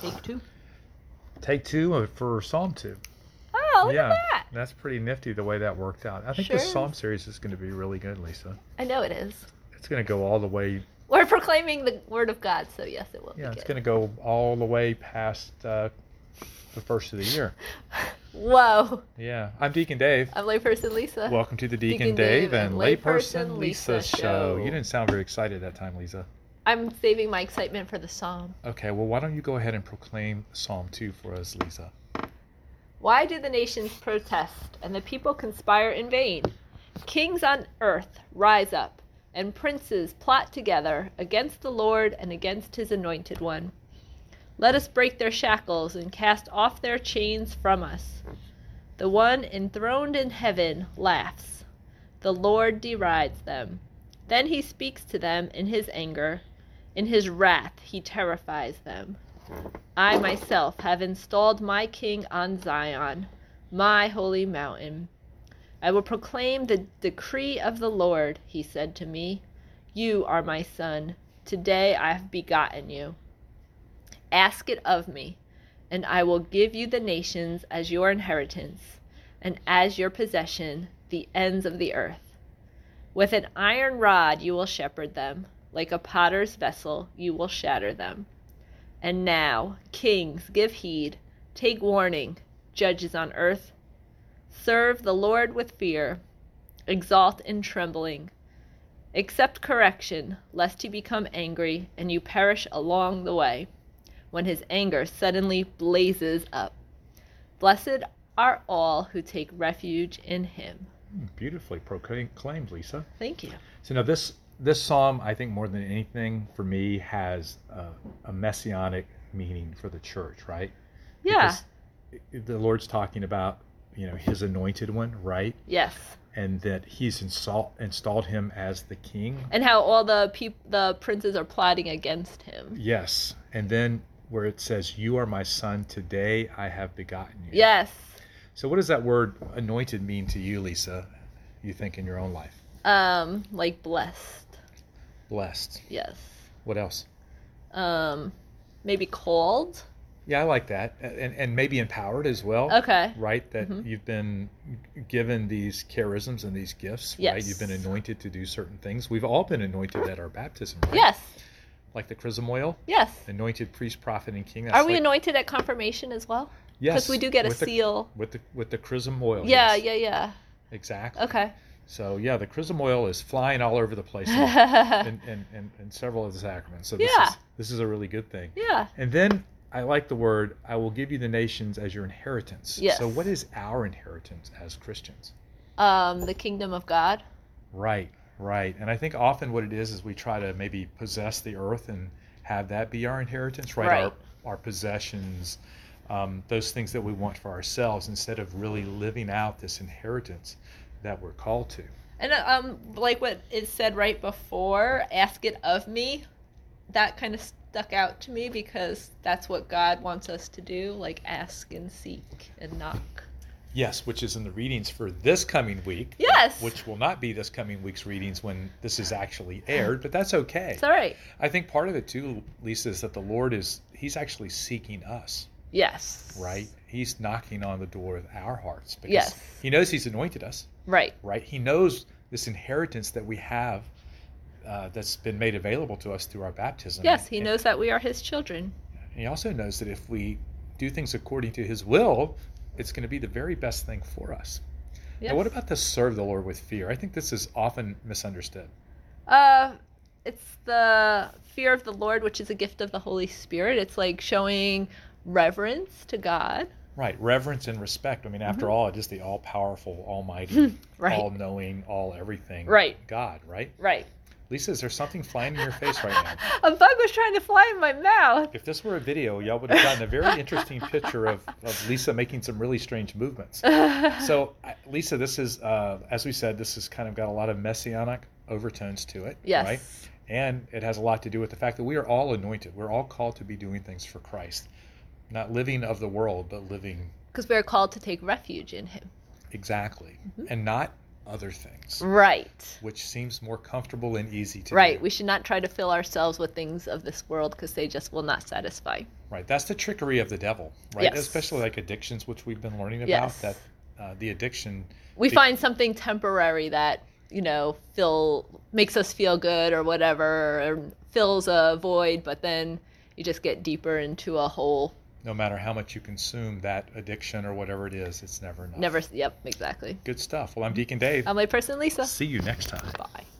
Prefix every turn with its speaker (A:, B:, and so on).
A: take two.
B: Take two for Psalm two.
A: Oh, look
B: yeah,
A: at that.
B: that's pretty nifty the way that worked out. I think
A: Sure
B: this Psalm
A: is.
B: series is going to be really good, Lisa.
A: I know it is.
B: It's going to go all the way.
A: We're proclaiming the word of God, so yes, it will
B: Yeah,
A: be
B: it's
A: good.
B: going to go all the way past uh, the first of the year.
A: Whoa.
B: Yeah, I'm Deacon Dave.
A: I'm layperson Lisa.
B: Welcome to the Deacon,
A: Deacon
B: Dave,
A: Dave and
B: and
A: Layperson
B: Layperson Lisa
A: Lisa
B: show.
A: Show.
B: You didn't sound very excited that time, Lisa.
A: I'm saving my excitement for the psalm.
B: Okay, well, why don't you go ahead and proclaim Psalm 2 for us, Lisa?
A: Why do the nations protest and the people conspire in vain? Kings on earth rise up, and princes plot together against the Lord and against his anointed one. Let us break their shackles and cast off their chains from us. The one enthroned in heaven laughs. The Lord derides them. Then he speaks to them in his anger. In his wrath, he terrifies them. I myself have installed my king on Zion, my holy mountain. I will proclaim the decree of the Lord, he said to me. You are my son. Today I have begotten you. Ask it of me, and I will give you the nations as your inheritance, and as your possession, the ends of the earth. With an iron rod you will shepherd them, like a potter's vessel you will shatter them. And now, kings, give heed, take warning, judges on earth. Serve the Lord with fear, exalt in trembling. Accept correction, lest he become angry and you perish along the way, when his anger suddenly blazes up. Blessed are all who take refuge in him.
B: Hmm, Beautifully proclaimed, Lisa.
A: Thank you.
B: So now this this psalm, I think more than anything for me, has a, a messianic meaning for the church, right?
A: Yeah.
B: Because the Lord's talking about you know His anointed one, right?
A: Yes.
B: And that He's install, installed him as the king.
A: And how all the peop- the princes are plotting against him.
B: Yes, and then where it says, "You are my son; today I have begotten you."
A: Yes.
B: So what does that word "anointed" mean to you, Lisa? You think in your own life,
A: Um, like blessed.
B: blessed.
A: Yes.
B: What else?
A: Um, maybe called.
B: Yeah, I like that, and and maybe empowered as well.
A: Okay.
B: right? That
A: Mhm.
B: you've been given these charisms and these gifts, right? You've been
A: Yes.
B: anointed to do certain things. We've all been anointed at our baptism, right?
A: Yes.
B: Like the chrism oil,
A: Yes.
B: anointed priest, prophet, and king. That's
A: Are we
B: like-
A: anointed at confirmation as well?
B: Yes,
A: we do get a
B: with the-
A: seal.
B: with the with the chrism oil.
A: Yeah,
B: yes,
A: yeah, yeah.
B: exactly.
A: Okay.
B: So yeah, the chrism oil is flying all over the place, in,
A: yeah.
B: in, in, in, in several of the sacraments. So this
A: Yeah.
B: is this is a really good thing. And then I like the word. I will give you the nations as your inheritance.
A: Yes.
B: So what is our inheritance as Christians?
A: Um, the kingdom of God.
B: Right, right. And I think often what it is is we try to maybe possess the earth and have that be our inheritance, right?
A: Right.
B: Our, our possessions, um, those things that we want for ourselves instead of really living out this inheritance that we're called to.
A: And uh, um, like what is said right before, ask it of me. That kind of stuck out to me because that's what God wants us to do, like ask and seek and knock.
B: Yes, which is in the readings for this coming week.
A: Yes.
B: Which will not be this coming week's readings when this is actually aired, but that's okay.
A: It's all right.
B: I think part of it too, Lisa, is that the Lord is, He's actually seeking us.
A: Yes.
B: right? He's knocking on the door of our hearts because
A: Yes.
B: he knows he's anointed us,
A: Right.
B: right? He knows this inheritance that we have uh, that's been made available to us through our baptism.
A: Yes, he
B: And-
A: knows that we are his children.
B: and he also knows that if we do things according to his will, it's going to be the very best thing for us.
A: Yes.
B: Now, what about the serve the Lord with fear? I think this is often misunderstood.
A: Uh, it's the fear of the Lord, which is a gift of the Holy Spirit. It's like showing reverence to God.
B: Right, reverence and respect. I mean, after all, it is the all powerful, almighty,
A: Mm-hmm. Right.
B: all knowing, all everything
A: Right.
B: God, right?
A: Right.
B: Lisa, is there something flying in your face right now?
A: A bug was trying to fly in my mouth.
B: If this were a video, y'all would have gotten a very interesting picture of, of Lisa making some really strange movements. So, I- Lisa, this is, uh, as we said, this has kind of got a lot of messianic overtones to it.
A: yes.
B: Right? And it has a lot to do with the fact that we are all anointed. We're all called to be doing things for Christ, not living of the world, but living
A: Because we're called to take refuge in him.
B: exactly and not other things,
A: Right.
B: which seems more comfortable and easy to
A: Right.
B: do.
A: We should not try to fill ourselves with things of this world because they just will not satisfy.
B: Right. That's the trickery of the devil, right?
A: Yes.
B: Especially like addictions, which we've been learning about.
A: Yes.
B: That uh, the addiction,
A: We
B: Be-
A: find something temporary that, you know, fill makes us feel good or whatever, or fills a void, but then you just get deeper into a hole.
B: no matter how much you consume that addiction or whatever it is, it's never enough.
A: Never, yep, exactly.
B: Good stuff. Well, I'm Deacon Dave.
A: I'm a person, Lisa.
B: See you next time.
A: Bye.